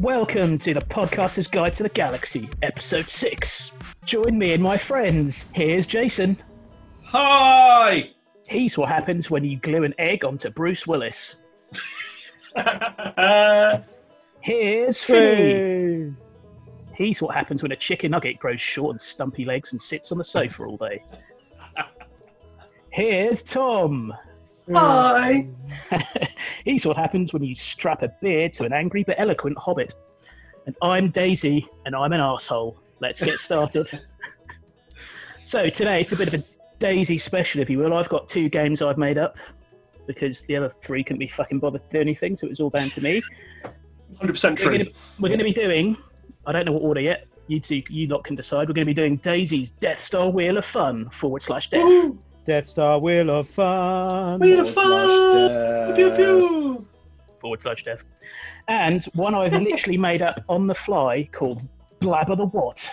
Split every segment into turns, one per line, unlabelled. Welcome to the Podcaster's Guide to the Galaxy, Episode 6. Join me and my friends. Here's Jason.
Hi!
He's what happens when you glue an egg onto Bruce Willis. Here's Philly. He's what happens when a chicken nugget grows short and stumpy legs and sits on the sofa all day. Here's Tom.
Hi!
He's what happens when you strap a beard to an angry but eloquent hobbit. And I'm Daisy, and I'm an asshole. Let's get started. so today it's a bit of a Daisy special, if you will. I've got two games I've made up because the other three couldn't be fucking bothered to do anything, so it was all down to me.
100%
We're
true.
gonna, we're gonna be doing. I don't know what order yet. You two, you lot can decide. We're gonna be doing Daisy's Death Star Wheel of Fun forward slash death.
Woo!
Death Star Wheel of Fun.
Wheel of
Forward
Fun.
slash
Pew,
death.
pew.
forward slash death. And one I've literally made up on the fly called Blabber the What,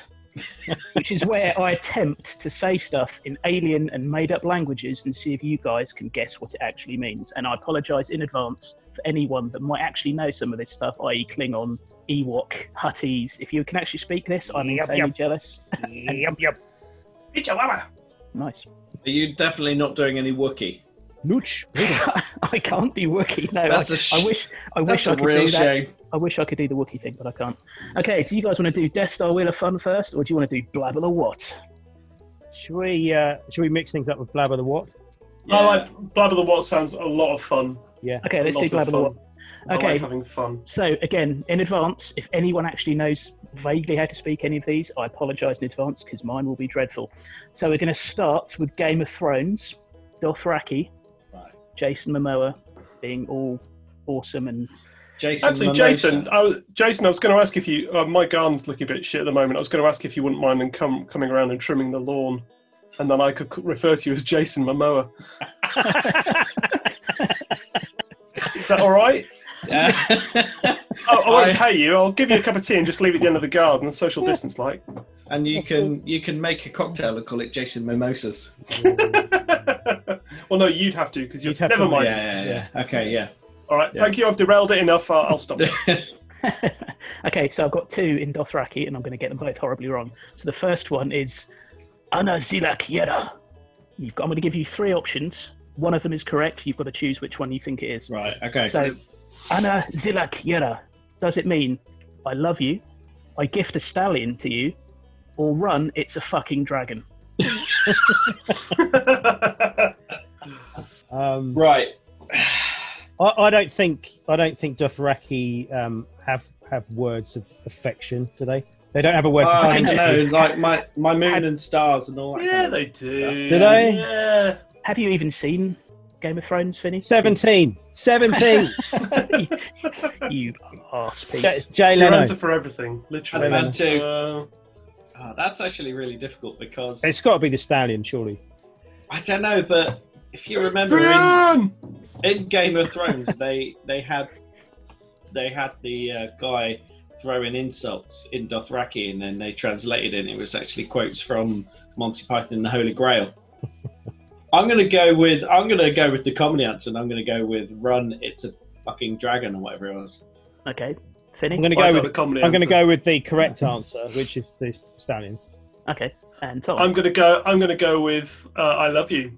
which is where I attempt to say stuff in alien and made up languages and see if you guys can guess what it actually means. And I apologize in advance for anyone that might actually know some of this stuff, i.e., Klingon, Ewok, Huttese. If you can actually speak this, I'm
Yep,
insanely
yep.
jealous.
Yep, yep.
Picawama.
Nice.
Are you definitely not doing any Wookiee?
Nooch.
I can't be Wookiee. No,
That's
I,
a sh-
I wish. I wish
That's
I
a
could
real
do that.
shame.
I wish I could do the Wookiee thing, but I can't. Okay, do you guys want to do Death Star Wheel of Fun first, or do you want to do Blabber or what?
Should we, uh, should we mix things up with Blabber the What?
Oh, I like Blabber the What sounds a lot of fun.
Okay, let's
Lots
do
of
Blabber
fun.
what.
I
Okay.
like having fun.
So again, in advance, if anyone actually knows vaguely how to speak any of these, I apologise in advance because mine will be dreadful. So we're going to start with Game of Thrones, Dothraki,
Right.
Jason Momoa being all awesome and
Jason.
Actually,
Momoa.
Jason, I, was- Jason, I was going to ask if you. Uh, my garden's looking a bit shit at the moment. I was going to ask if you wouldn't mind and come coming around and trimming the lawn, and then I could c- refer to you as Jason Momoa. Is that all right? Oh,
Yeah.
I, I won't
I-
pay you. I'll give you a cup of tea and just leave it at the end of the garden, social distance like.
and you can you can make a cocktail and call it Jason Mimosas.
well, no, you'd have to because you're.
You'd have
Never
to,
mind.
yeah, yeah, yeah. Okay, yeah.
All right.
Yeah.
Thank you. I've derailed it enough. I'll, I'll stop.
okay, so I've got two in Dothraki, and I'm going to get them both horribly wrong. So the first one is Ana Zilakiera. You've got. I'm going to give you three options. One of them is correct. You've got to choose which one you think it is.
right. Okay.
So, Ana Zilakiera. Does it mean I love you, I gift a stallion to you, or run? It's a fucking dragon.
Um,
right.
I, I don't think I don't think Dothraki um, have have words of affection, do they? They don't have a word. for
Oh,
thank you.
no, like my my moon and stars and all that.
yeah,
kind of
they do.
Do they?
Yeah.
Have you even seen Game of Thrones, Finny?
Seventeen. Seventeen.
you arse piece.
J- Jay
It's your
Leno.
answer for everything, literally.
I've had two.
Uh,
Oh, that's actually really difficult because
It's got to be the stallion, surely.
I don't know, but if you remember in
Brian!
in Game of Thrones, they they had they had the uh, guy throwing insults in Dothraki, and then they translated it. And it was actually quotes from Monty Python and the Holy Grail. I'm gonna go with I'm gonna go with the comedy answer, and I'm gonna go with "Run, it's a fucking dragon" or whatever it was.
Okay,
I'm
Finny.
going to
Why is
go
that
with.
the comedy
I'm going to
answer?
go with the correct answer, which is the stallion.
Okay, and Tom.
I'm gonna go. I'm gonna go with. Uh, I love you.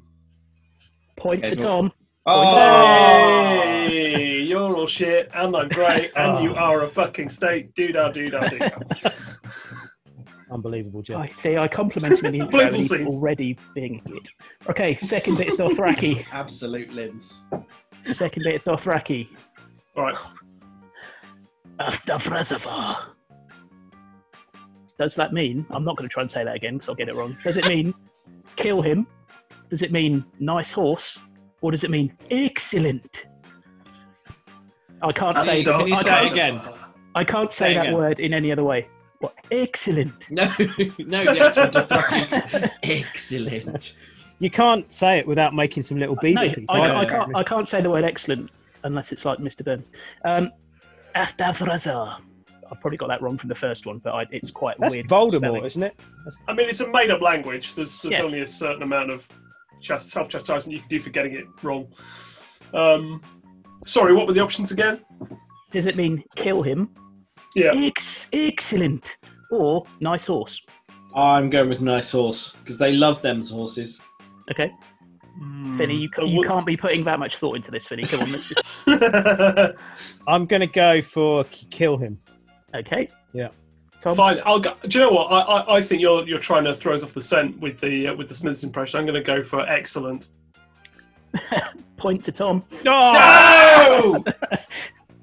Point
Okay,
to
well-
Tom.
Oh,
Hey, you're all shit, and I'm great, and you are a fucking state. Doo da doo da doo.
Unbelievable, Jay.
I see. I compliment him in the intro
Playful
and he's
scenes.
already being a git. Okay, second bit of Dothraki.
absolute limbs.
second bit of Dothraki.
All right.
After reservoir. Does that mean? I'm not going to try and say that again because I'll get it wrong. Does it mean kill him? Does it mean nice horse? Or does it mean excellent? I can't say.
Can you
I
say
can't,
it again?
I can't say
Say it
that
again.
word in any other way. What? Excellent.
No, no, the actual Dothraki. Excellent.
You can't say it without making some little
No, I,
beeping.
I,
yeah.
can't, I can't say the word excellent unless it's like Mr. Burns. Um, Astafrazza. I've probably got that wrong from the first one, but I, it's quite
That's
weird.
Voldemort,
spelling.
isn't it?
I mean, it's a made-up language. There's, there's
Yeah.
only a certain amount of chast- self-chastisement you can do for getting it wrong. Um, sorry, what were the options again?
Does it mean kill him?
Yeah.
Ex- excellent. Or nice horse.
I'm going with nice horse because they love them horses.
Okay, Finny, you,
Mm.
So
you
what-
can't be putting that much thought into this, Finny. Come on, let's just.
I'm going to go for k- kill him.
Okay.
Yeah.
Tom.
Fine. I'll go. Do you know what? I, I, I think you're you're trying to throw us off the scent with the uh, with the Smiths impression. I'm going to go for excellent.
Point to Tom.
No!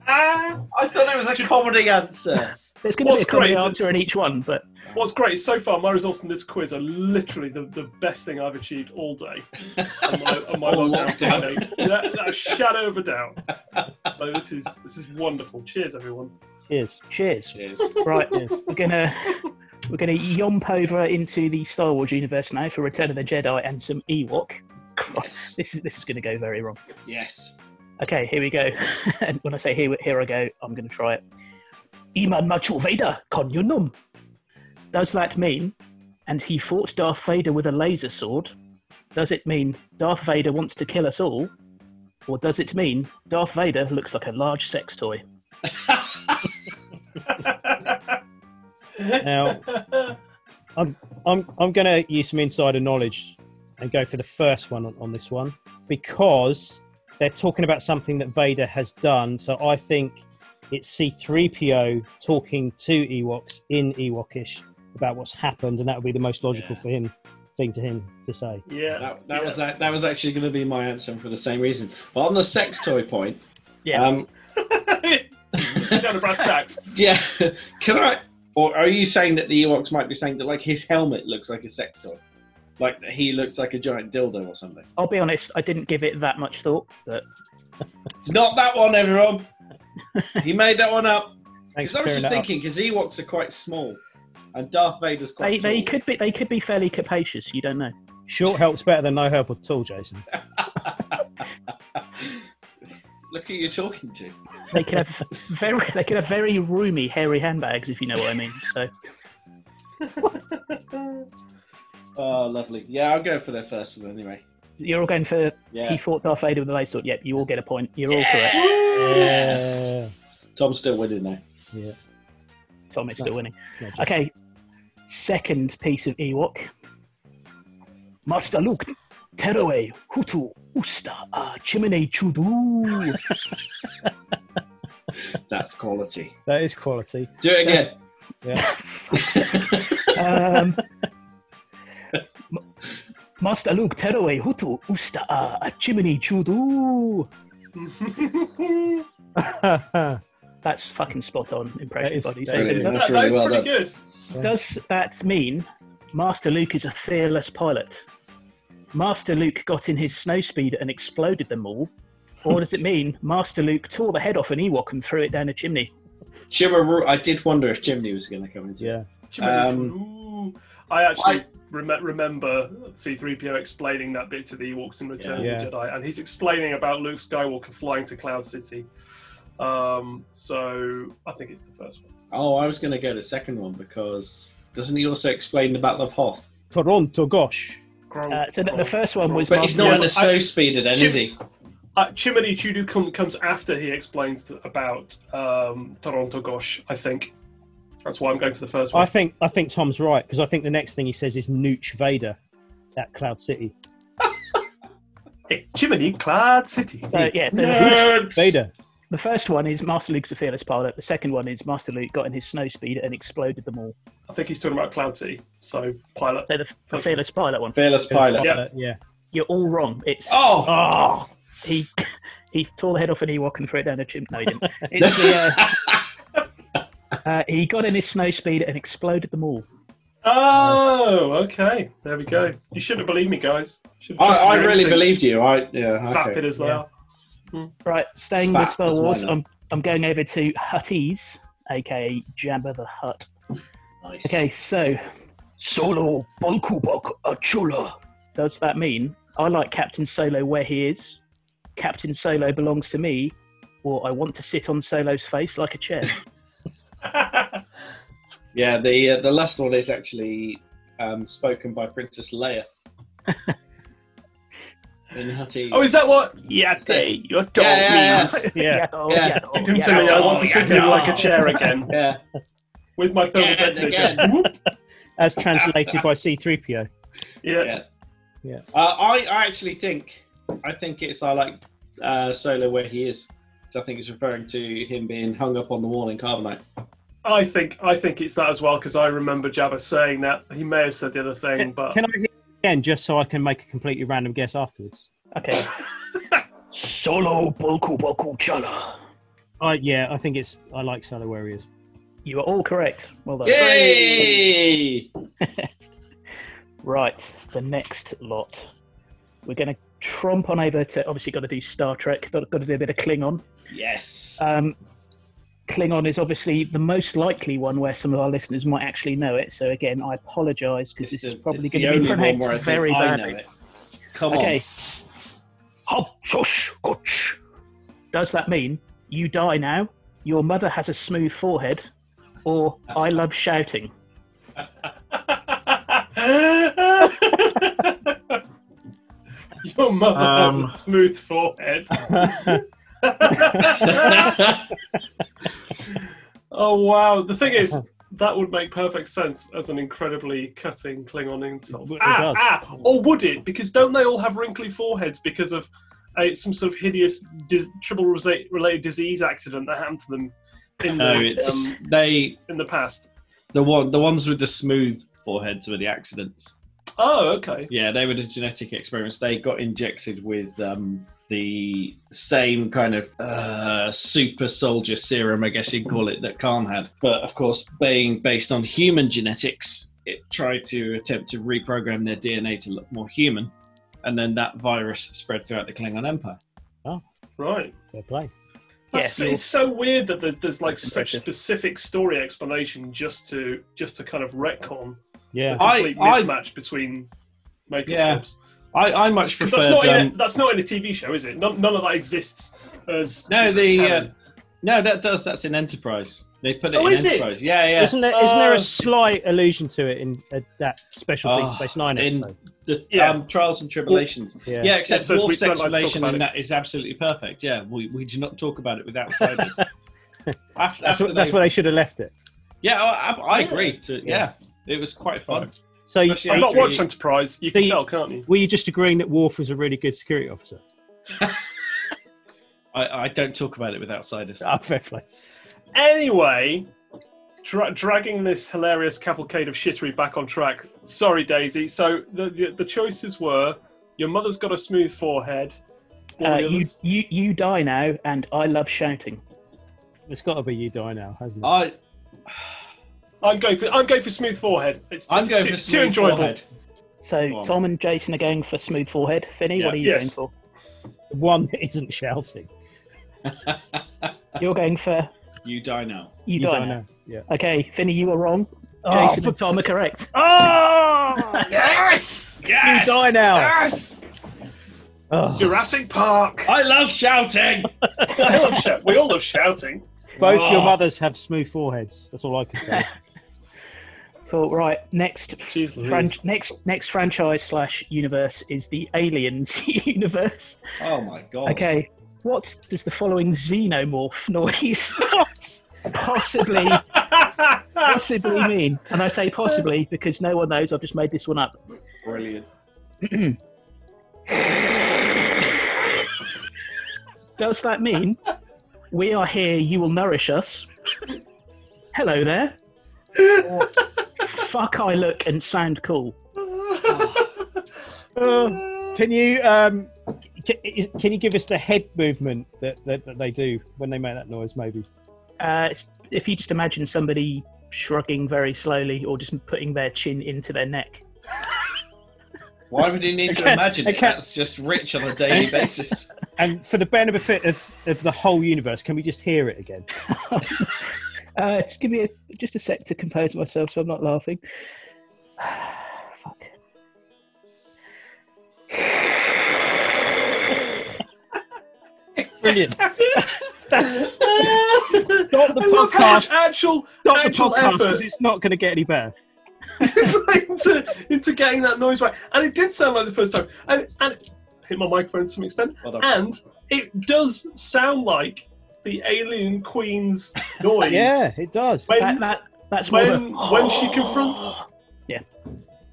Ah, I thought it was a comedy answer.
There's going to be
What's
a comedy
great is-
answer in each one, but
What's great so far, my results in this quiz are literally the, the best thing I've achieved all day on my, on my
All
lockdown.
lockdown.
Friday. Without- without a shadow of a doubt. So this is this is wonderful. Cheers, everyone.
Cheers.
cheers.
Cheers.
Right,
Cheers.
we're gonna we're gonna yomp over into the Star Wars universe now for Return of the Jedi and some Ewok. Christ, this is this is gonna go very wrong.
Yes.
Okay, here we go. and when I say here, here I go, I'm going to try it. Iman Machu Vader, con you num. Does that mean, and he fought Darth Vader with a laser sword? Does it mean Darth Vader wants to kill us all? Or does it mean Darth Vader looks like a large sex toy?
Now, I'm I'm going to use some insider knowledge and go for the first one on, on this one because they're talking about something that Vader has done. So I think it's C3PO talking to Ewoks in Ewokish about what's happened, and that would be the most logical
Yeah.
for him thing to hhim to say.
yeah,
That, that was that, that was actually going to be my answer for the same reason. But on the sex toy point,
Yeah.
um,
Sit down to brass tacks.
yeah, can I? Or are you saying that the Ewoks might be saying that like his helmet looks like a sex toy, like that he looks like a giant dildo or something?
I'll be honest, I didn't give it that much thought, but
It's not that one, everyone. he made that one up. Because
Thanks for
I was
clearing
just
that up.
thinking, because Ewoks are quite small, and Darth Vader's
they,
quite.
they
tall.
could be they could be fairly capacious. You don't know.
Short help's better than no help at all, Jason.
Look who you're talking to.
They could have very they could have very roomy, hairy handbags if you know what I mean. So
Oh, lovely. Yeah, I'll go for their first one anyway.
you're all going for he
Yeah.
fought Darth Vader with a laser sword. Yep, you all get a point. You're all correct.
Yeah.
Tom's still winning though.
Tom is still winning.
It's not just-
Okay, second piece of Ewok. Master Luke, Teroe, Hutu, Usta, Ah, Chimene, Chudu.
That's quality.
That is quality.
Do it again.
That's- um, Ma- Master Luke, Teroe, Hutu, Usta, Ah, Chimene, Chudu.
that
That's fucking spot on impression,
That is-
buddy.
that
So
is
it's-
Brilliant.
that,
That's
that
really
is
well
pretty good.
Does that mean Master Luke is a fearless pilot? Master Luke got in his snow speeder and exploded them all? Or does it mean Master Luke tore the head off an Ewok and threw it down a chimney?
Jimmy, I did wonder if Jimmy was going to come into it.
yeah.
Um, I actually rem- remember C3PO explaining that bit to the Ewoks in Return
Yeah.
of the Jedi, and he's explaining about Luke Skywalker flying to Cloud City. Um, so I think it's the first one.
Oh, I was going to go the second one because doesn't he also explain the Battle of Hoth?
Toronto, gosh.
Grong,
Uh, so the, the
grong,
first one
grong.
was
Oh. But he's
Master
not
Yeah,
in the
but
snow
I-
speeder then, is he?
Uh, Chimney Chudu com- comes after he explains about um, Toronto Gosh, I think. That's why I'm going for the first
I
one.
think I think Tom's right because I think the next thing he says is Nooch Vader at Cloud City.
Hey, Chimney Cloud City.
So, uh, yeah, so the, first,
Nerds!
Vader.
the first one is Master Luke's a fearless pilot. The second one is Master Luke got in his snow speeder and exploded them all.
I think he's talking about Cloud City. So, pilot.
So the, the
Okay.
fearless pilot one.
Fearless pilot.
Yeah.
Uh, yeah.
You're all wrong. It's
Oh!
Oh, he he tore the head off an Ewok and threw it down a chimney. No, he didn't. It's the, uh, uh, he got in his snow speeder and exploded them all.
Oh, okay. There we go. You shouldn't believe me, guys. Should
I, I really believed you. I yeah.
Fat
Okay.
as they
Yeah.
are.
Right, staying with
That
Star
was my
Wars,
line.
I'm I'm going over to Hutties, aka Jabba the Hutt.
Nice.
Okay, so Solo Bolkubok Achula. Does that mean I like Captain Solo where he is? Captain Solo belongs to me, or I want to sit on Solo's face like a chair.
Yeah, the uh, the last one is actually um, spoken by Princess Leia. in Hutty.
Oh, is that what? Yeah, they, you told
Yeah, yeah,
me.
yeah.
Yeah.
Oh,
Yeah.
You come to me, I want to
Yeah.
sit in like a chair again
yeah.
with my thumb
Again,
detonator.
again.
Whoop.
As translated by C3PO.
Yeah.
Yeah.
Yeah.
Uh, I, I actually think I think it's I like uh, Solo where he is. So I think it's referring to him being hung up on the wall in Carbonite.
I think I think it's that as well because I remember Jabba saying that. He may have said the other thing, but
Can I hear it again just so I can make a completely random guess afterwards?
Okay. Solo Boku Boku Chala.
I yeah, I think it's I like Solo where he is.
You are all correct. Well done.
Yay!
Right, the next lot. We're going to tromp on over to. Obviously, got to do Star Trek. Got, got to do a bit of Klingon.
Yes.
Um, Klingon is obviously the most likely one where some of our listeners might actually know it. So again, I apologise because
It's
this is
the-
probably
it's the
going to be
only one
pronounced
where I think
very
I know
badly.
it. Come
Okay. Hob shush kuch. Does that mean you die now? Your mother has a smooth forehead, or I love shouting?
Your mother
Um.
has a smooth forehead.
on.
oh wow! The thing is, that would make perfect sense as an incredibly cutting Klingon insult.
It
ah,
does.
ah, or would it? Because don't they all have wrinkly foreheads because of a, some sort of hideous dis- triple-related disease accident that happened to them in
no,
the
Oh, it's
um,
they
in the past?
the one the ones with the smooth foreheads were the accidents.
Oh, okay.
Yeah, they were the genetic experiments. They got injected with um, the same kind of uh, super soldier serum, I guess you'd call it, that Khan had. But of course, being based on human genetics, it tried to attempt to reprogram their DNA to look more human. And then that virus spread throughout the Klingon Empire.
Right.
Fair play.
That's,
Yeah,
it's so weird that there- there's like such
Impressive.
specific story explanation just to just to kind of retcon
Yeah.
the complete
I- I-
mismatch between makeup
Yeah.
jobs.
I, I much
'Cause
prefer.
That's not in a,
Um,
that's not in a TV show, is it? None, none of that exists as
no, the uh,
canon.
no, that does. That's in Enterprise. They put it
Oh,
in
is it?
Enterprise. Yeah, yeah.
Isn't there, isn't there
Oh.
a slight allusion to it in uh, that special
Oh,
Deep Space Nine
in-
episode?
The
Yeah.
um, trials and tribulations.
Yeah.
Yeah, except
Yeah, so it's- we
Worf's
don't like to talk
explanation
about
and
it.
that is absolutely perfect. Yeah, we, we do not talk about it with outsiders. after,
That's,
after
what, that's
they-
where they should have left it.
yeah, I, I- I agree. To, yeah. it was quite fun.
So you,
Especially
I've not
after
watched
he-
Enterprise. You can
The-
tell, can't you?
were you just agreeing that Worf was a really good security officer?
I, I don't talk about it with outsiders.
Oh, fair play.
Anyway, dra- dragging this hilarious cavalcade of shittery back on track. Sorry, Daisy. So the the, the choices were your mother's got a smooth forehead. What were
Uh,
the
you,
others?
you you die now, and I love shouting.
It's got to be you die now, hasn't it?
I,
I'm going for I'm going for smooth forehead. It's too,
I'm going
it's
for
too,
smooth
too enjoyable.
forehead.
So
Go on.
Tom and Jason are going for smooth forehead. Finny, what are you
Yeah.
Yes.
going
The one that isn't shouting.
for? You're going for
You die now.
you,
die
die now.
now. Yeah.
Okay, Finny, you were wrong.
Oh,
Jason and Tom are correct.
Oh yes, yes,
You die now.
Yes,
Oh,
Jurassic Park.
I love shouting.
I love shout- we all love shouting.
both your
Oh.
mothers have smooth foreheads. That's all I can say.
Cool. Right. Next,
Jeez Louise.
fran- next next franchise slash universe is the Aliens universe.
oh my god.
Okay. What does the following xenomorph noise possibly possibly mean? And I say possibly because no one knows. I've just made this one up.
Brilliant.
Does that mean we are here? You will nourish us. Hello there. Or, Fuck, I look and sound cool.
Uh, can you um, can, is, can you give us the head movement that, that, that they do when they make that noise? Maybe.
Uh, it's, if you just imagine somebody shrugging very slowly or just putting their chin into their neck.
Why would you need to
Again,
imagine it?
again.
That's just rich on a daily basis.
And for the benefit of, of the whole universe, can we just hear it again?
Uh, just give me a, just a sec to compose myself so I'm not laughing. Fuck.
Brilliant. That's
Stop
the podcast.
Actual,
not the
actual
podcast
effort.
because it's not going to get any better.
into, into getting that noise right. And it did sound like the first time. And, and hit my microphone to some extent.
Well
Ah.
done.
And it does sound like the alien queen's noise.
Yeah, it does.
When-
That, that, that's more of a-
when when she confronts.
Yeah.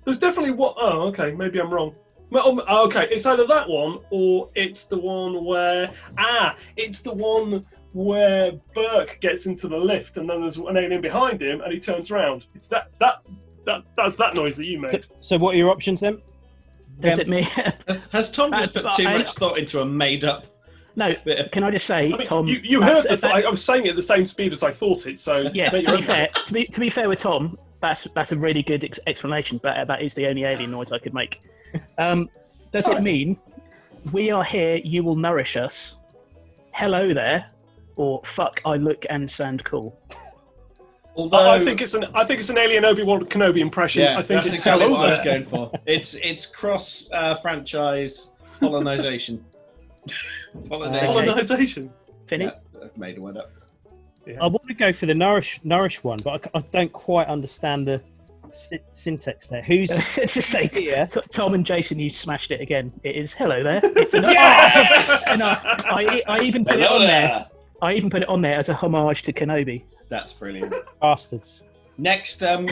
There's definitely what. Oh, okay. Maybe I'm wrong. Ma- um, Okay, it's either that one or it's the one where ah, it's the one where Burke gets into the lift and then there's an alien behind him and he turns round. It's that that that that's that noise that you
So,
made.
so what are your options then?
Does it mean?
Has, has Tom just
Uh,
put
but
too
I-
much thought into a made up
no.
bit of.
Can I just say,
I mean,
Tom?
you, you
that's-
heard the
that-
thought. I, I was saying it at the same speed as I thought it, so
Yeah,
make
to be
your own-
fair, to be, to be fair with Tom, that's that's a really good ex- explanation, but uh, that is the only alien noise I could make. Um, does it mean we are here? You will nourish us. Hello there, or fuck, I look and sound cool.
Although,
Oh, I, I think it's an I think it's an alien Obi Wan Kenobi impression.
yeah,
I think
that's
it's
exactly
hello
what I was
there.
going for. It's it's cross uh, franchise colonization.
going-
colonization.
Colonization.
Finny,
Yeah, I've made a word up.
I want to go for the nourish nourish one, but I c- I, don't quite understand the sy- syntax there. Who's
just say, t-
here?
t- Tom and Jason, you smashed it again. It is hello there. It's an- and I, I, I even put it
Hello
on there.
there.
I even put it on there as a homage to Kenobi.
That's brilliant.
Bastards.
Next, um,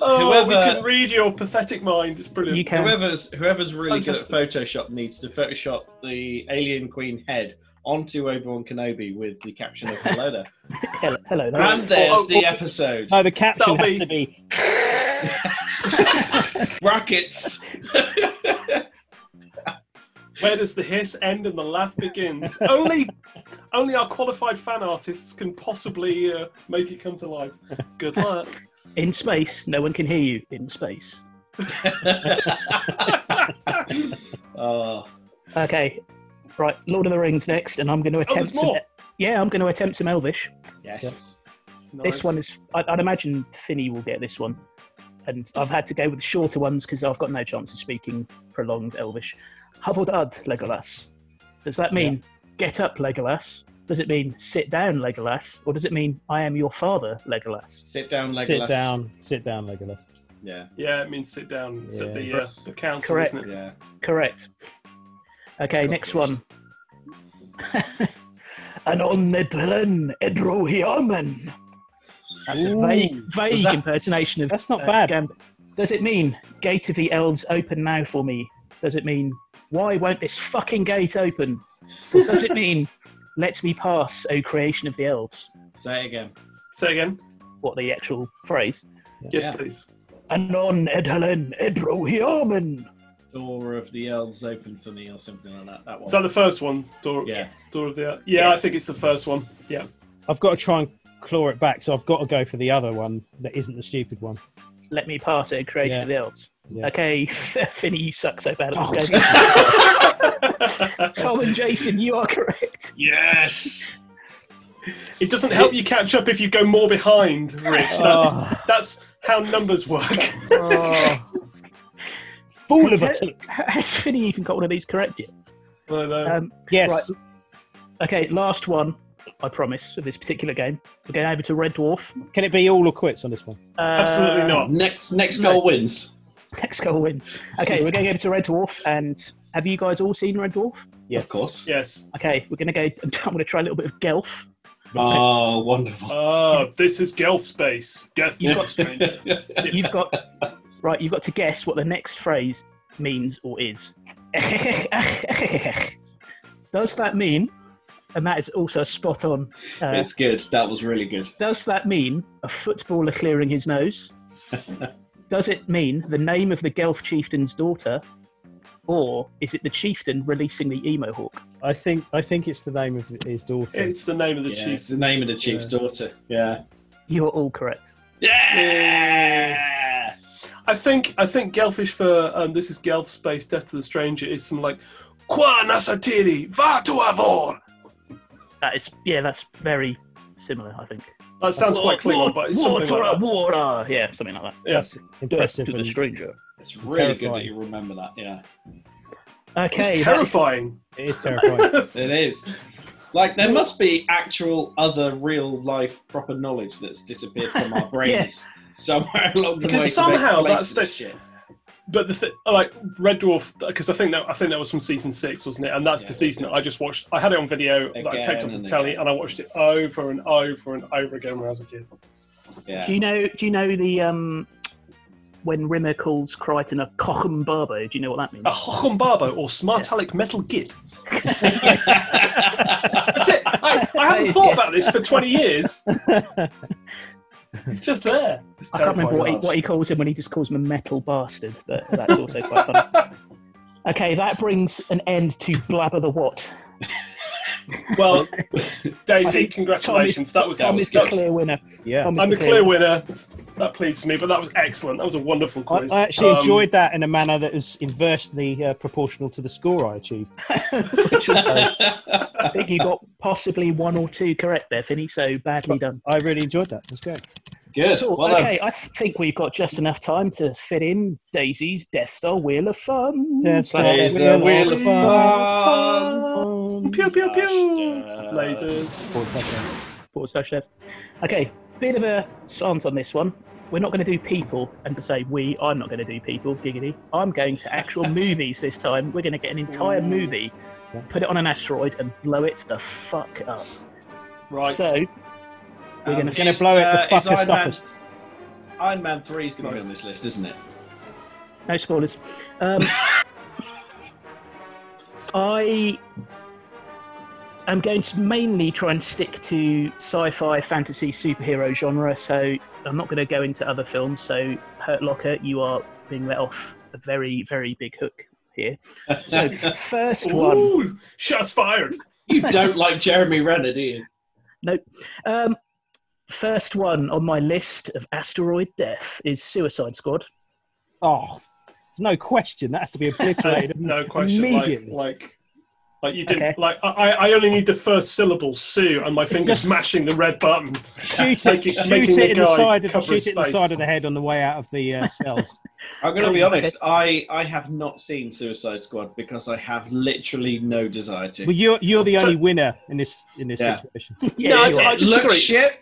Oh, we
Whoever-
can read your pathetic mind. It's brilliant.
You can.
whoever's whoever's really good at Photoshop needs to Photoshop the alien queen head onto Obi Wan Kenobi with the caption of "Hello there."
Hello, hello there.
And
Oh,
there's
oh,
the
oh.
episode.
No, the caption
That'll
has
be-
to be
Brackets.
Where does the hiss end and the laugh begins? only, only our qualified fan artists can possibly uh, make it come to life. Good luck.
In space, no one can hear you. In space.
oh,
Okay, right. Lord of the Rings next, and I'm going to attempt.
Oh, there's more?
Some, yeah, I'm going to attempt some Elvish.
yes.
This one is. I'd, I'd imagine Finney will get this one, and I've had to go with shorter ones because I've got no chance of speaking prolonged Elvish. Havaldad Legolas. Does that mean get up, Legolas? Does it mean sit down, Legolas? Or does it mean I am your father, Legolas?
Sit down, Legolas.
sit down, sit down, Legolas.
Yeah.
Yeah, it means sit down. It's at the,
Yeah.
uh, the council,
Correct.
isn't it?
Yeah.
Correct. Okay,
Of
next
course.
one. Anon Nedrelen Edrohiomen. That's a vague, vague
Was that-
impersonation of.
That's not
uh,
bad.
Gam- Does it mean gate of the elves open now for me? Does it mean why won't this fucking gate open? Or does it mean let me pass, O creation of the elves?
Say it again.
Say again.
What the actual phrase?
Yes,
Yeah.
please.
Anon Edhelen Edrohiomen.
Door of the elves open for me, or something like that. That one.
Is that the first one? Door,
yeah.
door of the. Yeah,
Yes.
I think it's the first one. Yeah.
I've got to try and claw it back, so I've got to go for the other one that isn't the stupid one.
Let me pass, O creation
Yeah.
of the elves.
Yeah. Oh,
Okay, Finny, you suck so bad. at this game. Tom and Jason, you are correct.
Yes.
It doesn't help you catch up if you go more behind, Rich. That's,
Ah.
that's how numbers work.
Fool of a
Has- Has Finny even got one of these correct yet?
I know.
Um,
Yes.
Right. Okay, last one, I promise, of this particular game. We're going over to Red Dwarf.
Can it be all or quits on this one?
Uh,
Absolutely not.
Next, next
No.
goal wins.
Next goal wins. Okay, we're going over to Red Dwarf, and have you guys all seen Red Dwarf?
Yes.
Of course.
Yes.
Okay, we're going to go. I'm going to try a little bit of Gelf.
Oh, wonderful.
Oh, this is Gelf space. Gelf
Yeah.
got stranger. Yes.
You've got right. You've got to guess what the next phrase means or is. does that mean? And that is also a spot on. Uh,
it's good. That was really good.
does that mean a footballer clearing his nose? does it mean the name of the Guelph chieftain's daughter? Or is it the chieftain releasing the emo hawk?
I think I think it's the name of his daughter.
It's the name of the
yeah,
chief.
it's the name of the chief's daughter. Yeah.
You are all correct.
Yeah.
I think I think Gelfish for um, this is Gelf space. Death to the stranger is some like qua nasatiri va tu avor.
That is, yeah, that's very similar, I think.
That sounds quite
War-
Klingon, but it's
war
something
to
like
a
that.
war, uh, yeah, something like that.
Yes.
Death
impressive.
to the
and-
stranger.
It's really good that
terrifying.
you remember that. Yeah.
Okay, that
It's
is-
terrifying.
it is terrifying.
It is. Like there must be actual other real life proper knowledge that's disappeared from our brains somewhere along the way.
Because
to make
somehow
place
that's
for
the-
shit.
But the th- like Red Dwarf, because I think that I think that was from season six, wasn't it? And that's the
Yeah.
season that I just watched. I had it on video that I
Again
taped on the
and
telly,
again.
and I watched it over and over and over again when I was a kid.
Yeah.
Do you know? Do you know the um, when Rimmer calls Crichton a cockum barbo? Do you know what that means?
A Hochum Barbo or Smart Alec Metal Git. That's it. I, I haven't thought about this for twenty years. It's just there. It's
I can't remember what he,
terrifying.
what he calls him when he just calls him a metal bastard. But that's also quite funny. Okay, that brings an end to Blabber the What.
Well,
I
Daisy,
think
congratulations. that was
Tom
that was
is the
that-
clear winner.
Yeah.
Tom is
I'm the clear winner. That pleased me, but that was excellent. That was a wonderful
I,
quiz.
I actually
Um,
enjoyed that in a manner that is inversely uh, proportional to the score I achieved.
Which also, I think you got possibly one or two correct there, Finny. So badly done.
I really enjoyed that. That's great.
Good.
Cool.
Well done.
okay, I think we've got just enough time to fit in Daisy's Death Star Wheel of Fun.
Death Star
There's
Wheel
a
of
wheel of fun.
Pew pew
Gosh,
pew.
uh,
Lasers.
Four seconds.
Forward slash left. Okay, bit of a slant on this one. We're not going to do people, and to say we, I'm not going to do people, giggity. I'm going to actual movies this time. We're going to get an entire movie, put it on an asteroid, and blow it the fuck up.
Right.
So, we're
Um,
gonna-
is,
Gonna blow it the
uh, is
fucker
Iron Man-
stuppest.
Iron Man 3 is going to
Nice.
be on this list, isn't it?
no spoilers. Um, I am going to mainly try and stick to sci fi, fantasy, superhero genre, so I'm not going to go into other films. So, Hurt Locker, you are being let off a very, very big hook here. So, first one.
Ooh, shots fired.
you don't like Jeremy Renner, do you?
Um, first one on my list of asteroid death is Suicide Squad.
Oh, there's no question. That has to be
There's
obliterated.
no question. Like,
Immediately.
like, like you didn't.
Okay.
Like I, I I only need the first syllable, Sue, and my fingers
Just-
mashing the red button.
shoot it,
Making-
shoot
making the
it in the
guy
side of,
cover
shoot
his
it in the
face.
side of the head on the way out of the uh, cells.
I'm going to be
Come on.
honest. I, I have not seen Suicide Squad because I have literally no desire to.
well, you're you're the
So-
only winner in this in this
Yeah.
situation.
Yeah,
No, I
you
d-
are.
I
it looks
disagree.
shit.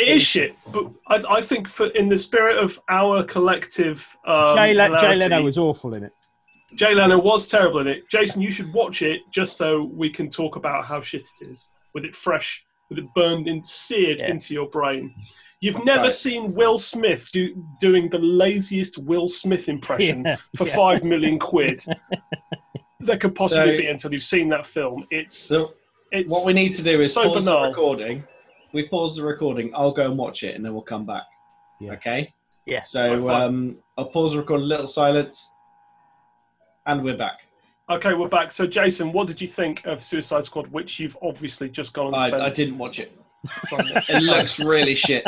It is shit, but I, I think for in the spirit of our collective. Um,
Jay, Le- Jay
hilarity-
Leno was awful in it.
Jay Leno was terrible in it. Jason, you should watch it just so we can talk about how shit it is with it fresh, with it burned and seared
Yeah.
into your brain. You've never
Right.
seen Will Smith do, doing the laziest Will Smith impression
Yeah,
for
yeah.
five million quid that could possibly
So-
be until you've seen that film. It's,
So
it's
what we need to do is
so
pause
banal.
the recording. We pause the recording. I'll go and watch it, and then we'll come back.
Yeah.
Okay.
Yeah.
Right,
So
fine.
um, I'll pause the record. A little silence, and we're back.
okay. We're back. So, Jason, what did you think of Suicide Squad, which you've obviously just gone and
I,
spent?
I didn't watch it.
time watching?
It looks really shit.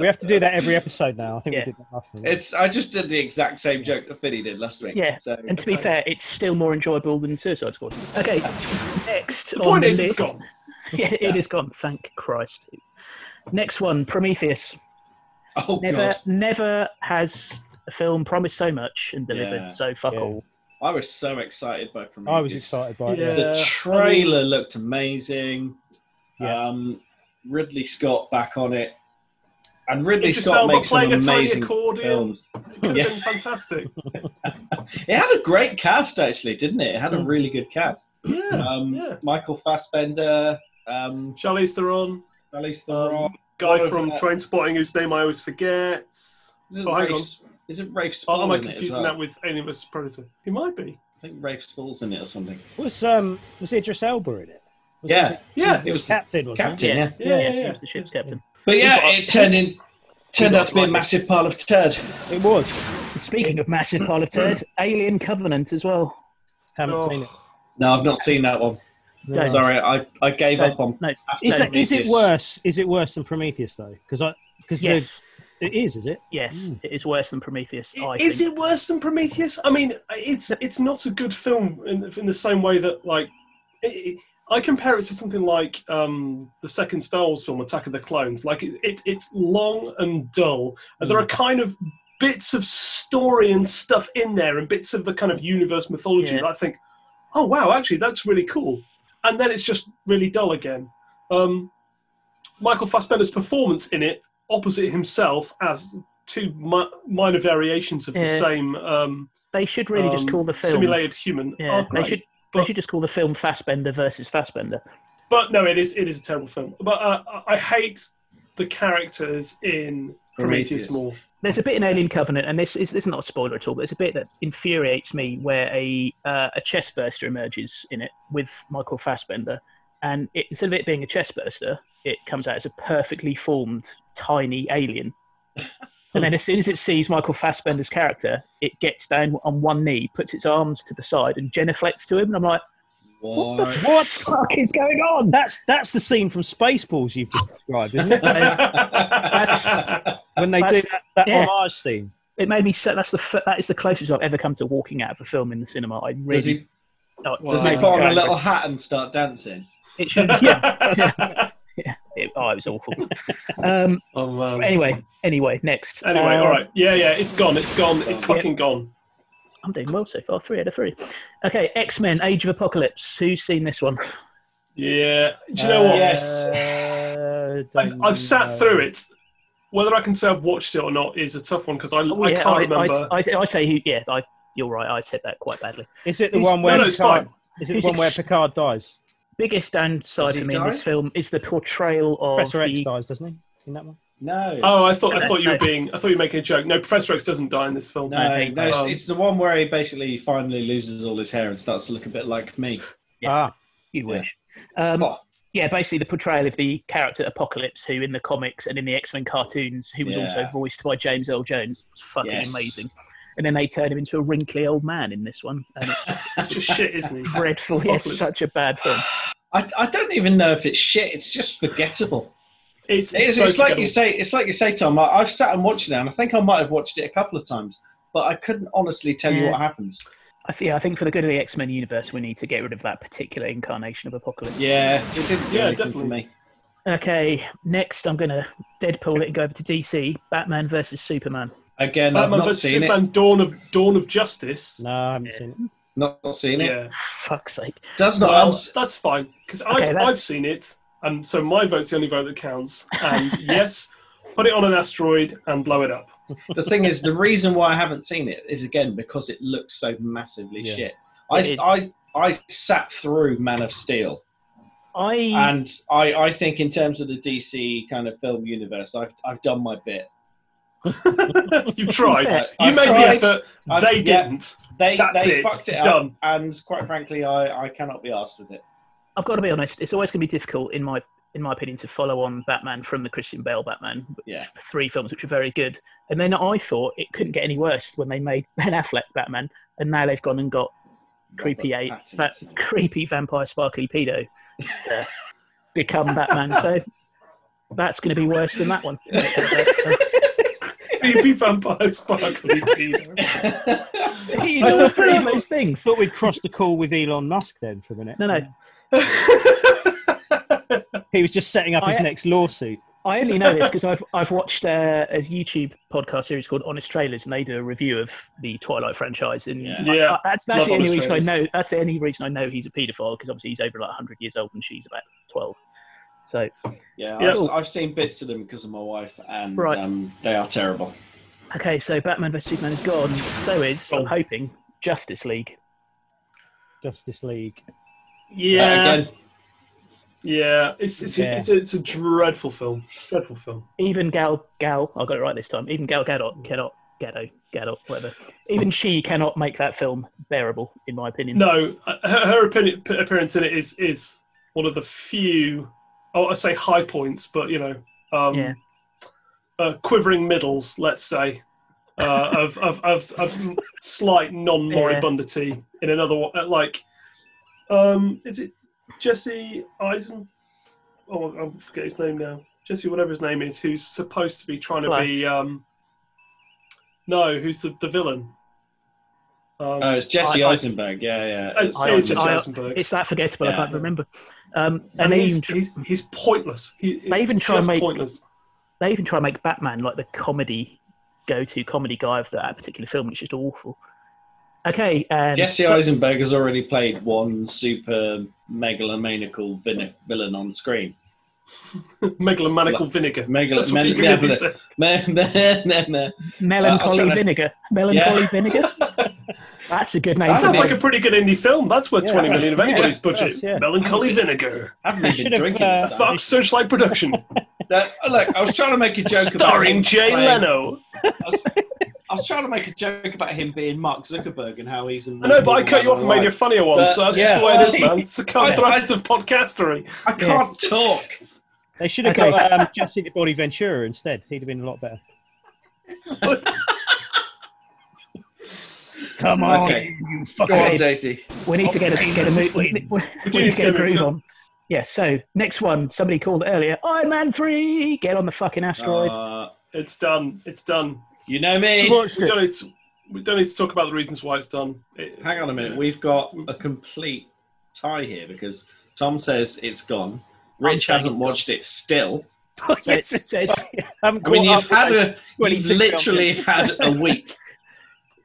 We have to do that every episode now. I think
Yeah.
we did that last time.
It's. I just did the exact same joke that Finny did last week.
Yeah,
So,
And to be fair, it's still more enjoyable than Suicide Squad. Okay, next.
The
on
point is,
list-
it's gone.
Yeah, it is gone. Thank Christ. Next one, Prometheus.
oh
Never,
god,
never has a film promised so much and delivered
Yeah.
so fuck
Yeah.
all.
I was so excited by Prometheus.
I was excited by it.
Yeah.
yeah.
The trailer looked amazing.
Yeah.
Um, Ridley Scott back on it, and Ridley
Idris
Scott
Elba
makes some
playing a tiny
amazing
accordion.
films.
It could have
Yeah.
been fantastic.
It had a great cast, actually, didn't it? It had a
Mm.
really good cast.
Yeah.
Um,
yeah.
Michael Fassbender, um,
Charlize Theron,
Charlize Theron.
um, guy
Oliver-
from Train Spotting whose name I always forget.
Isn't,
oh, hang
Rafe, isn't Rafe Spall
Oh, am I
in it as
confusing
well?
that with Alien vs Predator? He might be.
I think Rafe Spall's in it or something.
Was um was Idris Elba in it? Was
Yeah.
it-
Yeah.
It was the
captain, wasn't
captain, yeah.
Yeah, yeah, yeah.
he was the ship's captain.
But yeah,
got-
it turned in turned
got
out to be a
slightly-
massive pile of turd.
it? It was.
Speaking of massive pile of turd, Alien Covenant as well.
Haven't
Oh,
seen it.
No, I've not seen that one.
Don't.
No.
Sorry, I, I gave
No,
up on.
no.
after
Is, that, is it
Prometheus.
worse? Is it worse than Prometheus though? Because I because
Yes,
it is, is it?
yes,
Mm.
it is worse than Prometheus. I
Is
think.
it worse than Prometheus? I mean, it's it's not a good film in, in the same way that like it, it- I compare it to something like um, the second Star Wars film, Attack of the Clones. Like it, it's it's long and dull, and
Mm.
there are kind of bits of story and stuff in there, and bits of the kind of universe mythology
Yeah.
that I think, oh wow, actually that's really cool, and then it's just really dull again. Um, Michael Fassbender's performance in it, opposite himself as two mi- minor variations of the
Yeah.
same. Um,
They should really just
um,
call the film.
simulated human.
yeah,
are
they
great.
should. they
but-
should just call the film Fassbender versus Fassbender.
But no, it is it is a terrible film. But uh, I- I hate the characters in Prometheus,
Prometheus.
more.
There's a bit in Alien Covenant, and this is, this is not a spoiler at all, but there's a bit that infuriates me where a uh, a chest burster emerges in it with Michael Fassbender, and it, instead of it being a chest burster, it comes out as a perfectly formed tiny alien. and then as soon as it sees Michael Fassbender's character, it gets down on one knee, puts its arms to the side, and genuflects to him. And I'm like,
Why?
What the fuck is going on? That's that's the scene from Spaceballs you've just described, isn't it? When they do
That's-
that, that
yeah.
homage scene.
it made me so. That's the fir- that is the closest I've ever come to walking out of a film in the cinema. I really
Does he,
oh, it
does he
made me
put
so
on a
angry.
little hat and start dancing?
It should, yeah, it, oh, it was awful. um,
oh man. Anyway,
anyway, anyway, next. Uh,
all right. Yeah, yeah. It's gone. It's gone. It's
Yeah.
fucking gone.
I'm doing well so far. Three out of three. Okay, X Men: Age of Apocalypse. Who's seen this one?
Yeah. Do you know what?
yes.
Uh,
I've,
don't
I've sat
know.
through it. Whether I can say I've watched it or not is a tough one because I, Oh,
Oh,
I
yeah,
can't remember.
I, I, I say who? Yeah, I, you're right. I said that quite badly.
Is it the
Who's-
one where
no, no, it's
Picard,
fine.
is it the
Who's
one where
ex-
Picard dies?
Biggest downside
Does he
for me in this
die?
film is the portrayal of
Professor X
the-
dies, doesn't he? In that one?
No.
oh, I thought I
No,
thought you were
no.
being I thought you were making a joke. No, Professor X doesn't die in this film.
No,
think-
no, it's,
um,
it's the one where he basically finally loses all his hair and starts to look a bit like me.
Yeah.
Ah,
You
Yeah.
wish. Um,
Oh.
Yeah, basically the portrayal of the character Apocalypse, who in the comics and in the X Men cartoons, who was also
Yeah.
voiced by James Earl Jones, was fucking
Yes.
amazing. And then they turn him into a wrinkly old man in this one, and it's
That's just shit, isn't he?
dreadful. It's
Apocalypse.
such a bad film.
I, I don't even know if it's shit. It's just forgettable.
It's,
It's,
so
it's like you
forgettable.
say. It's like you say, Tom. I, I've sat and watched it, and I think I might have watched it a couple of times, but I couldn't honestly tell you
Yeah.
what happens.
I think, I think for the good of the X Men universe, we need to get rid of that particular incarnation of Apocalypse.
Yeah, it didn't do
Yeah,
anything
definitely.
for me.
Okay, next I'm gonna Deadpool it and go over to DC. Batman versus Superman.
Again,
Batman
I've not
vs
seen
Um, Superman: Dawn of Dawn of Justice.
no, I haven't seen it.
it. Not, not seen it.
Yeah.
Fuck's sake.
Does not. I'm
Well,
s-
that's fine because
Okay,
I've,
that-
I've seen it, and so my vote's the only vote that counts. And yes, put it on an asteroid and blow it up.
the thing is, the reason why I haven't seen it is again because it looks so massively
Yeah.
shit.
It
I,
is.
I I sat through Man of Steel.
I
and I, I think in terms of the DC kind of film universe, I've, I've done my bit.
You've tried.
fair,
You
I've
made
tried.
the effort.
I've-
they
yeah.
didn't.
They,
That's
they
it.
fucked it up,
Done.
and quite frankly, I, I cannot be asked with it.
I've got to be honest. It's always going to be difficult, in my in my opinion, to follow on Batman from the Christian Bale Batman. which-
Yeah.
Three films which are very good, and then I thought it couldn't get any worse when they made Ben Affleck Batman, and now they've gone and got creepy eight,
Robert
that
Pattinson.
creepy vampire sparkly pedo to become Batman. So that's going to be worse than that one.
Creepy vampire sparkly. Peter.
He's all three of those things.
Thought we'd crossed the call with Elon Musk then for a minute.
No, no.
He was just setting up his
I-
next lawsuit.
I only know this because I've I've watched uh, a YouTube podcast series called Honest Trailers, and they do a review of the Twilight franchise. And
Yeah.
I-
Yeah.
I- that's that's
Love
the only
Honest
reason I
Trailers.
know. That's the only reason I know he's a paedophile because obviously he's over like 100 years old and she's about 12. So
yeah,
Yeah.
I've, I've seen bits of them because of my wife, and
Right.
um, they are terrible.
okay, so Batman vs Superman is gone. So is I'm
Oh.
hoping Justice League.
Justice League.
yeah,
Again,
yeah. It's it's,
Yeah.
It's, a, it's a dreadful film. Dreadful film.
Even Gal Gal, I got it right this time. Even Gal Gadot cannot Gadot Gadot whatever. Even she cannot make that film bearable, in my opinion.
No, uh, her, her opinion, appearance in it is is one of the few. Oh, I say high points, but you know, um,
Yeah.
uh, quivering middles, let's say, uh, of, of of of m- slight non moribundity in another one. uh, Like, um, is it Jesse Eisen? Oh, I forget his name now. Jesse, whatever his name is, who's supposed to be trying to be. Um, no, who's the, the villain? Um,
oh, it's Jesse
I- I-
Eisenberg. Yeah, yeah.
and
It's,
so is
I-
Jesse
I-
Eisenberg.
It's that forgettable. I
Yeah.
can't remember. Um,
and
and they
he's,
even,
he's, he's pointless. He,
They
it's
even try and
just
make-
pointless.
they even try and make Batman like the comedy go-to comedy guy of that particular film, which is just awful. Okay, um,
Jesse
so-
Eisenberg has already played one super megalomaniacal vin- villain on screen.
Megalomaniacal vinegar.
Megal-
That's what
men-
you can
yeah,
really
but-
say.
meh, meh, meh, meh.
Melancholy
trying to-
vinegar. Melancholy vinegar. That's a good name.
That
for
sounds
one.
like a pretty good indie film. That's worth
Yeah.
20 million of
Yeah,
anybody's
it does,
budget.
yeah.
Melancholy vinegar.
I haven't
I
really
should
been
have,
drinking.
uh,
this time.
Fox Searchlight Production.
That- look, I was trying to make a joke
Starring
about him
Jay
playing-
Leno.
I was, I was trying to make a joke about him being Mark Zuckerberg and how he's.
I know, but I cut you off and made you a funnier one,
But,
so that's
yeah.
just the way it is, man. It's a
I-
contrast of podcastery.
I can't talk.
They should have
Okay.
got um, Jesse the Body Ventura instead. He'd have been a lot better. Come on,
Okay.
in, you
Go
fucking.
on, Daisy.
We need to get a, get a move. We, we- we
do
need
need
to get a
to get a move
groove
on.
on. Yeah. So next one, somebody called earlier. Iron Man three. Get on the fucking asteroid.
Uh,
It's done. It's done.
you know me.
Watched
We
it.
don't, need to, we don't need to talk about the reasons why it's done. It-
Hang on a minute. We've got a complete tie here because Tom says it's gone. Rich
saying
hasn't
it's
watched it still.
So it's, so it's,
haven't
I mean,
caught
you've
up.
had a,
Well,
you've
he's-
literally had a week.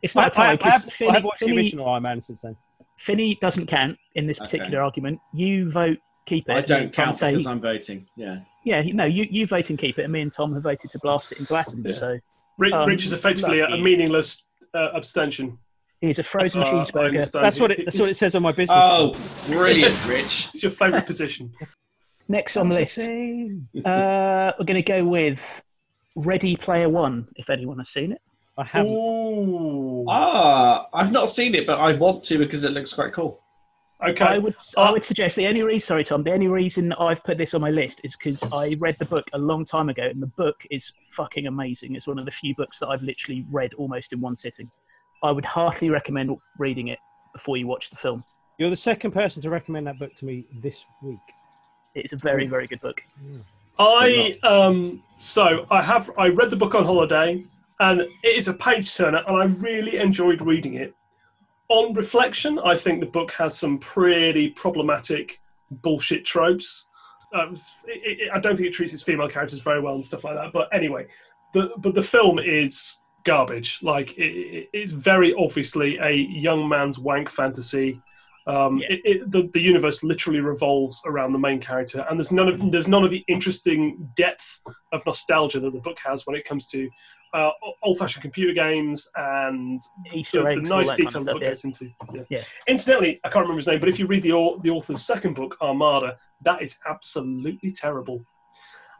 it's
I,
not a tie
I, I, have,
because
I
Finney,
have watched the
Finney,
original Iron Man since then.
Finney doesn't count in this
Okay.
particular argument. You vote keep it.
I
and me
don't
and Tom
count
say-
because I'm voting. Yeah.
yeah, no, you, you vote and keep it, and me and Tom have voted to blast it into atoms.
Yeah.
So
Rich,
Um,
Rich is effectively a, a
lucky.
meaningless uh, abstention.
here's a frozen
Uh, I
cheeseburger.
understand.
That's what it,
It's-
that's what it says on my business.
Oh, brilliant,
Yes.
Rich.
It's your favourite position.
Next on the list, uh,
I
we're going to go with Ready Player One. If anyone has seen it,
haven't.
Oh. Ooh.
Ah, I've not seen it, but I want to because it looks quite cool.
Okay.
I would I
Uh,
would suggest the only reason sorry Tom the only reason I've put this on my list is because I read the book a long time ago and the book is fucking amazing. It's one of the few books that I've literally read almost in one sitting. I would heartily recommend reading it before you watch the film.
You're the second person to recommend that book to me this week.
It's a very very good book.
I um so I have I read the book on holiday and it is a page turner and I really enjoyed reading it. On reflection, I think the book has some pretty problematic bullshit tropes. Um, it, it, I don't think it treats its female characters very well and stuff like that. But anyway, the but the film is garbage. Like it, it, it's very obviously a young man's wank fantasy. Um,
Yeah.
it, it, the, the universe literally revolves around the main character, and there's none of there's none of the interesting depth of nostalgia that the book has when it comes to uh, old-fashioned computer games and
Easter
the, the
eggs, all
nice
that kind
detail
of
the
stuff.
book
yeah.
gets into. Yeah.
Yeah.
Incidentally, I can't remember his name, but if you read the au- the author's second book, Armada, that is absolutely terrible,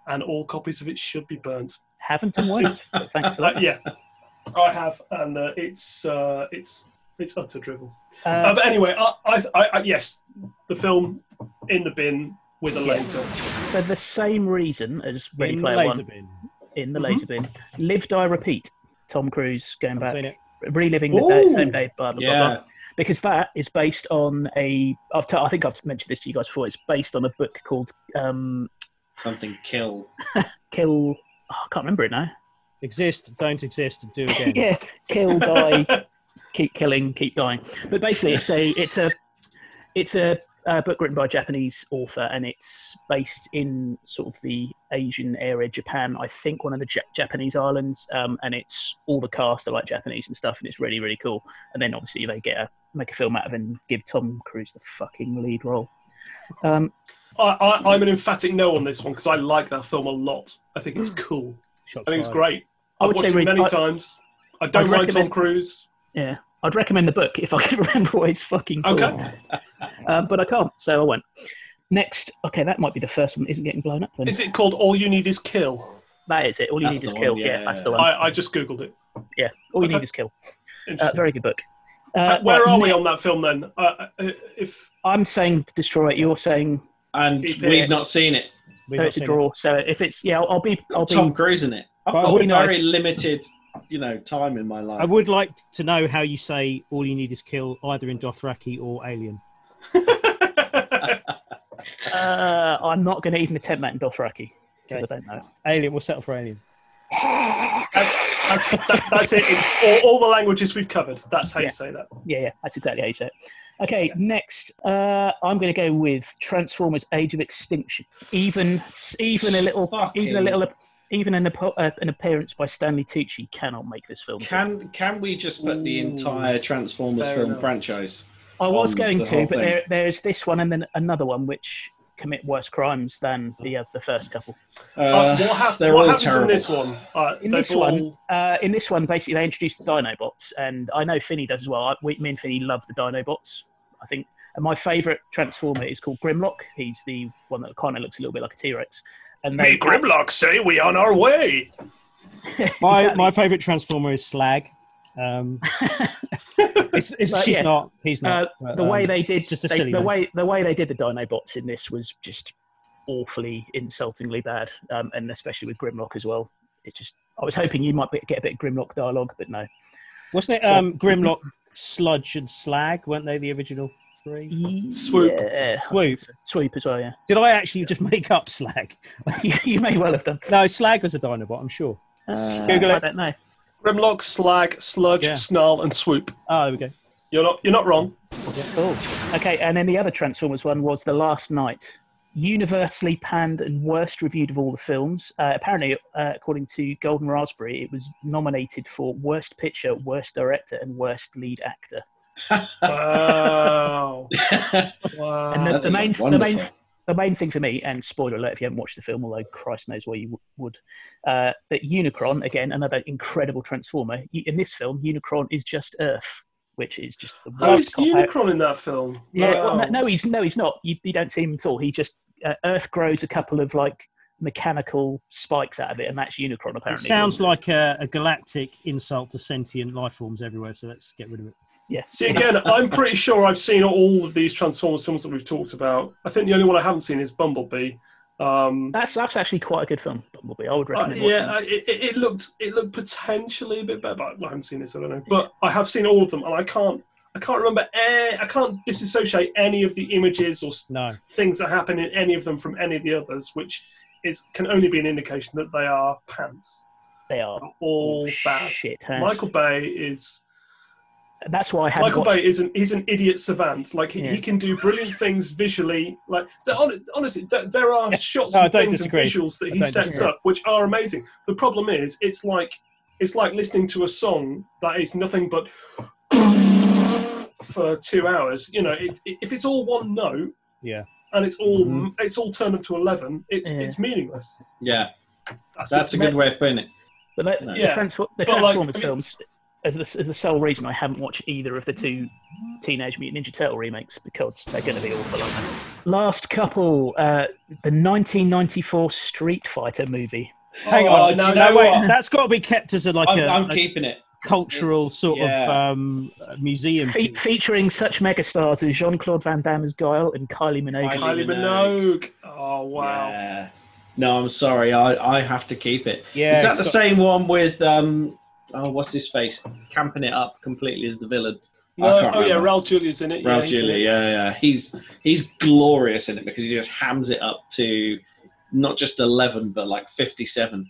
and all copies of it should be burnt.
Haven't and won't. but thanks for
Uh,
that.
yeah, I have, and uh, it's uh, it's it's utter drivel. Uh,
Uh,
but anyway, I, I, I, I yes, the film in the bin with a
Yeah.
laser.
for the same reason as Ready
In the
Player
laser
One
bin.
in the
Mhm.
laser bin, Live Die Repeat. Tom Cruise going
I've seen
back,
it.
reliving the day,
Ooh.
same day, blah blah blah. blah.
Yeah.
because that is based on a. I've t- I think I've mentioned this to you guys before. It's based on a book called um,
Something kill.
Kill. oh, I can't remember it now.
Exist, don't exist, do again.
yeah, Kill, Die, Keep Killing, Keep Dying. But basically, it's a it's a it's a uh, book written by a Japanese author, and it's based in sort of the Asian area, Japan. I think one of the ja- Japanese islands, um, and it's all the cast are like Japanese and stuff, and it's really really cool. And then obviously they get a make a film out of it and give Tom Cruise the fucking lead role. Um,
I, I, I'm an emphatic no on this one because I like that film a lot. I think it's cool.
Shots
I think it's
fired.
great.
I
I've
would
watched
say
it
read-
many
I-
times. I don't
I'd
like Tom
recommend-
Cruise.
yeah, I'd recommend the book if I could remember what it's fucking called.
Okay.
um, but I can't, so I won't. Next, okay, that might be the first one that isn't getting blown up. Then.
Is it called All You Need Is Kill?
that is it. All you
That's
need
the
is
one,
kill.
yeah,
Yeah,
yeah,
that's the
yeah.
one.
I, I just googled it.
All you
okay.
need is kill. Uh,
Interesting.
very good book. Uh,
Uh, Where
right,
are we
ne-
on that film then? Uh, uh, if
I'm saying destroy it. You're saying
And
Keep it.
we've not seen it.
We've
so
not
it's a
seen it.
draw. So if it's yeah, I'll, I'll be. I'll
Got
be.
Tom Cruise in it. I've
But
got
would
very
be nice.
limited, you know, time in my life.
I would like to know how you say all you need is kill either in Dothraki or Alien.
Uh, I'm not going to even attempt that in Dothraki because I don't know.
Alien, we'll settle for Alien.
that's, that, that's it. In all, all the languages we've covered. That's how
Yeah.
you say that.
Yeah, yeah, that's exactly how you say it. Okay, next, uh, I'm going to go with Transformers: Age of Extinction. Even, even a little, even a
Fucking-
little, even an, apo- uh, an appearance by Stanley Tucci cannot make this film.
Can can we just put the
Ooh.
entire Transformers
Fair
film
enough.
franchise?
I was
on
going
Oh, the
to,
whole
but
thing.
there, there's this one and then another one which commit worse crimes than the uh, the first couple.
Uh,
Uh,
what hap-
they're
what
all
happens
terrible.
in this one? Uh,
In
they've
this one-
all-
Uh, in this one, basically, they introduced the Dinobots, and I know Finney does as well. I, we, me and Finney love the Dinobots. I think, and my favourite Transformer is called Grimlock. He's the one that kind of looks a little bit like a T Rex. And they,
say we on our way.
My
Exactly.
my favorite transformer is Slag. Um, it's, it's,
But
she's
yeah.
not. He's not. um,
Uh, the way
they.
they did
just a
they-
silly
the
one.
way the way they did the Dinobots in this was just awfully insultingly bad, um, and especially with Grimlock as well. It just I was hoping you might be, get a bit of Grimlock dialogue, but no.
Wasn't it
So-
um, Grimlock, Sludge, and Slag? Weren't they the original three?
Swoop.
Yeah.
Swoop.
Swoop as well. Yeah,
Did I actually just make up Slag?
you, you may well have done.
No, Slag was a Dinobot, I'm sure.
Uh,
Google
I
it.
don't know.
Grimlock, slag, sludge,
Yeah.
snarl, and swoop.
Oh, there we go.
You're not. You're not wrong.
Cool. Okay, and then the other Transformers one was The Last Night. Universally panned and worst reviewed of all the films. Uh, apparently, uh, according to Golden Raspberry, it was nominated for Worst Picture, Worst Director, and Worst Lead Actor.
Wow. wow.
And the,
That's
the, main, the,
wonderful.
main, the main thing for me, and spoiler alert if you haven't watched the film, although Christ knows why you w- would, uh, that Unicron, again, another incredible Transformer. y- In this film, Unicron is just Earth, which is just the
Oh,
worst
it's
cop-out.
Unicron in that film.
Yeah, well,
Wow.
no, no, he's no, he's not. You, you don't see him at all. He just uh, Earth grows a couple of like mechanical spikes out of it, and that's Unicron apparently.
It sounds like a, a galactic insult to sentient life forms everywhere, so let's get rid of it.
yes.
See again, I'm pretty sure I've seen all of these Transformers films that we've talked about. I think the only one I haven't seen is Bumblebee. Um,
That's that's actually quite a good film. Bumblebee. I would
uh,
recommend.
yeah,
watching.
I- it, it it looked it looked potentially a bit better. But I haven't seen this. I don't know, but I have seen all of them, and I can't I can't remember. a- I can't disassociate any of the images or s-
No.
things that happen in any of them from any of the others, which is can only be an indication that they are pants.
they are
They're all bad.
Oh, shit. huh?
Michael Bay is
And that's why I haven't
Michael
watched.
Bay is an he's an idiot savant. Like he,
Yeah.
he can do brilliant things visually. Like there- hon- honestly, there, there are shots
No, I
and
don't
things
disagree.
and visuals that
I
he
don't
sets
disagree.
up, which are amazing. The problem is, it's like it's like listening to a song that is nothing but for two hours. You know, it, it- if it's all one note,
Yeah.
and it's all
Mhm.
it's all turned up to eleven, it's
Yeah.
it's meaningless.
yeah,
just
that's a
me-
good way of putting it.
But the, the
Yeah.
Transfor- the
But, like,
Transformers
I mean-
films as the, as the sole reason I haven't watched either of the two Teenage Mutant Ninja Turtle remakes because they're going to be awful. Aren't they? Last couple, uh, the 1994 Street Fighter movie.
Hang
Oh,
on.
do you
No,
know
wait.
what?
That's got to be kept as a like
I'm,
a,
I'm
a
keeping it.
cultural sort of
yeah.
um, uh, museum.
Fe-
piece.
featuring such megastars as Jean Claude Van Damme as Guile and Kylie Minogue.
Kylie
Kylie
Minogue.
Minogue. Oh wow.
Yeah. No, I'm sorry. I, I have to keep it. Is
Yeah.
that the
it's got-
same one with um? Oh, what's his face? Camping it up completely as the villain.
No,
I can't
oh yeah,
remember.
Raul Julia's in it. yeah,
Ralph
he's in
Julia,
it.
yeah, yeah. He's he's glorious in it because he just hams it up to not just eleven but like fifty-seven.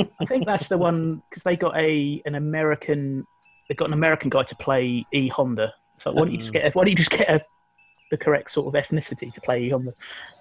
I think that's the one because they got a an American. They got an American guy to play E Honda. So why don't you just get a, why don't you just get a, the correct sort of ethnicity to play E Honda?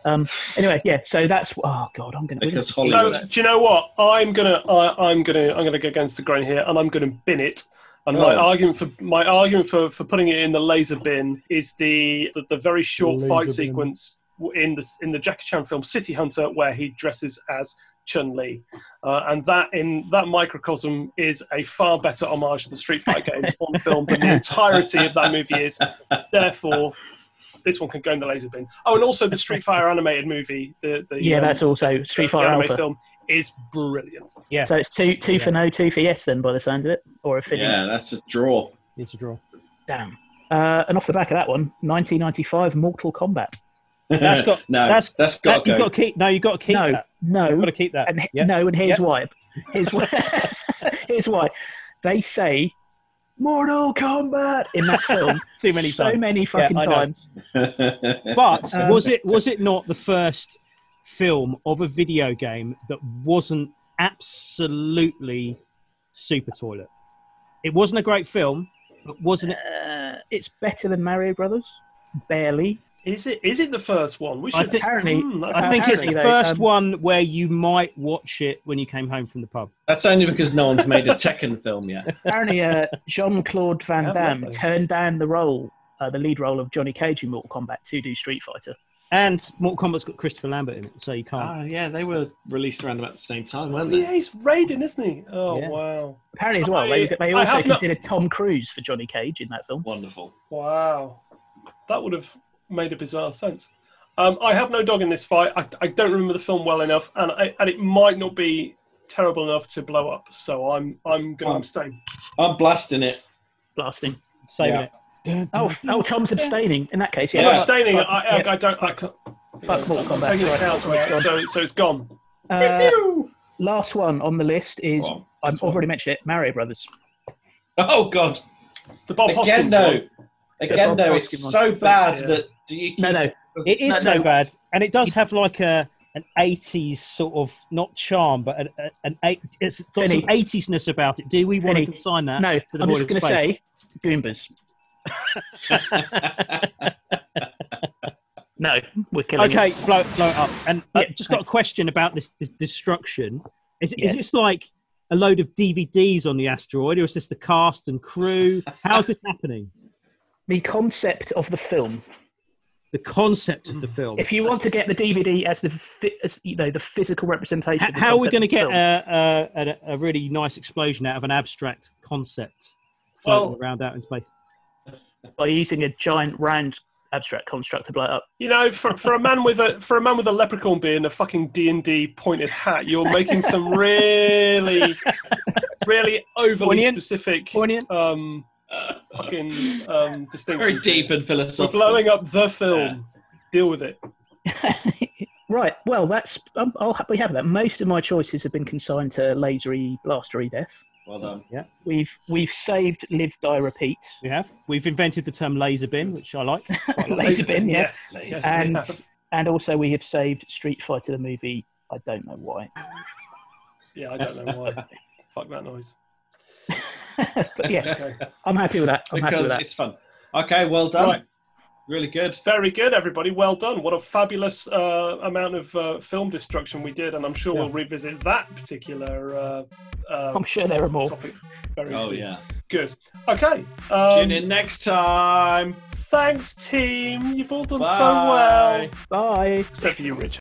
Um, anyway, yeah. So that's oh god, I'm going to
Because
So
Hollywood.
do you know what? I'm gonna I, I'm gonna I'm gonna go against the grain here, and I'm gonna bin it. And my
Oh.
argument for my argument for, for putting it in the laser bin is the the, the very short
Laser
fight
bin.
sequence w- in the in the Jackie Chan film City Hunter, where he dresses as Chun Li, uh, and that in that microcosm is a far better homage to the Street Fighter games on film than the entirety of that movie is. Therefore. This one can go in the laser bin. Oh, and also the Street Fighter animated movie. The, the
yeah,
um,
that's also Street Fighter
the anime
Alpha.
film is brilliant.
So it's two two for no, two for yes. Then by the sound of it, or a fitting.
Yeah, that's a draw.
It's a draw.
Damn. Uh, and off the back of that one, 1995 Mortal Kombat.
That's got-
no.
that's-
that's got
That- you've
to go.
got to keep. No, you've got to keep
no,
that. You've
no,
got to keep that.
and he-
Yeah.
no, and here's
Yeah.
why. Here's why. here's why. They say Mortal Kombat in that film
Too many
so
times.
many fucking
I know.
times.
But
Um,
was it was it not the first film of a video game that wasn't absolutely super toilet? It wasn't a great film, but wasn't it?
Uh, it's better than Mario Brothers, barely.
Is it? Is it the first one? We
I
should
think-
Apparently-
Hmm, that's
I think it's the
apparently they,
first
um,
one where you might watch it when you came home from the pub.
that's only because no one's made a Tekken film yet.
Apparently, uh, Jean Claude
I
Van
have
Damme
nothing.
turned down the role, uh, the lead role of Johnny Cage in Mortal Kombat to do Street Fighter.
And Mortal Kombat's got Christopher Lambert in it, so you can't.
Ah, yeah, they were released around about the same time, weren't
yeah,
they?
he's raiding, isn't he? Oh,
Yeah.
wow.
Apparently, as well,
I-
they, they
I
also
have not-
considered Tom Cruise for Johnny Cage in that film.
Wonderful.
Wow. That would have made a bizarre sense. Um, I have no dog in this fight. I, I don't remember the film well enough, and I, and it might not be terrible enough to blow up. So I'm I'm going to
Fine.
abstain.
I'm blasting it.
Blasting.
Saving
Yeah.
it.
Oh, oh, Tom's abstaining. In that case,
I'm
yeah.
Yeah.
abstaining. I,
Fuck,
I,
yeah.
I don't. I can't.
Fuck Mortal
I'm
Kombat.
taking the
Sorry.
cows away,
It's
so so it's gone.
Uh, last one on the list is
Well,
I've
that's one.
already mentioned it. Mario Brothers.
Oh God!
The Bob
Again,
Oh, Hoskins
though.
one.
Again,
Bob
though.
Hoskins
It's
one.
so bad
Yeah.
that do you?
No, no.
It is
No,
so
no.
bad, and it does have like a an eighties sort of not charm, but an, an eight. It's got
Finny.
some eightiesness about it. Do we want
Finny.
to consign that?
No,
to the
Uh, I'm just
void
going
of
to
space?
say Goombas. No, we're killing
Okay,
it.
blow, blow it up. And uh,
um, Yeah,
just got a question about this, this destruction. Is,
Yeah.
is this like a load of DVDs on the asteroid, or is this the cast and crew? How's this happening?
The concept of the film.
The concept of the film.
Hmm. If you want to get the DVD as the fi- as, you know the physical representation,
H-
of the
how are we
concept
going to
of the
get
film,
a, a, a, a really nice explosion out of an abstract concept floating
Well-
around out in space?
by using a giant round abstract construct to blow it up?
You know, for, for a man with a for a man with a leprechaun beard and a fucking D and D pointed hat, you're making some really, really overly
Poignant.
specific,
Poignant.
um, fucking um, distinctions.
Very deep and
We're
philosophical.
blowing up the film. Deal with it.
Right. Well, that's um, I'll happily have that. Most of my choices have been consigned to lasery, blastery death.
Well done.
We've we've saved live die repeat.
We have. We've invented the term laser bin, which I like.
Laser bin, yeah.
Yes.
Laser
yes, we
and
have.
and also we have saved Street Fighter the movie. I don't know why,
yeah, I don't know why. Fuck that noise.
but yeah,
Okay.
I'm happy with that. I'm happy with
because
that.
it's fun. Okay, well done.
Right.
Really good.
Very good, everybody. Well done. What a fabulous uh, amount of uh, film destruction we did, and I'm sure
Yeah.
we'll revisit that particular uh, uh,
I'm sure there are more.
topic very
Oh
soon.
yeah.
Good. Okay. Um,
Tune in next time.
Thanks, team. You've all done so
Bye.
well.
Bye.
Except for you, Richard.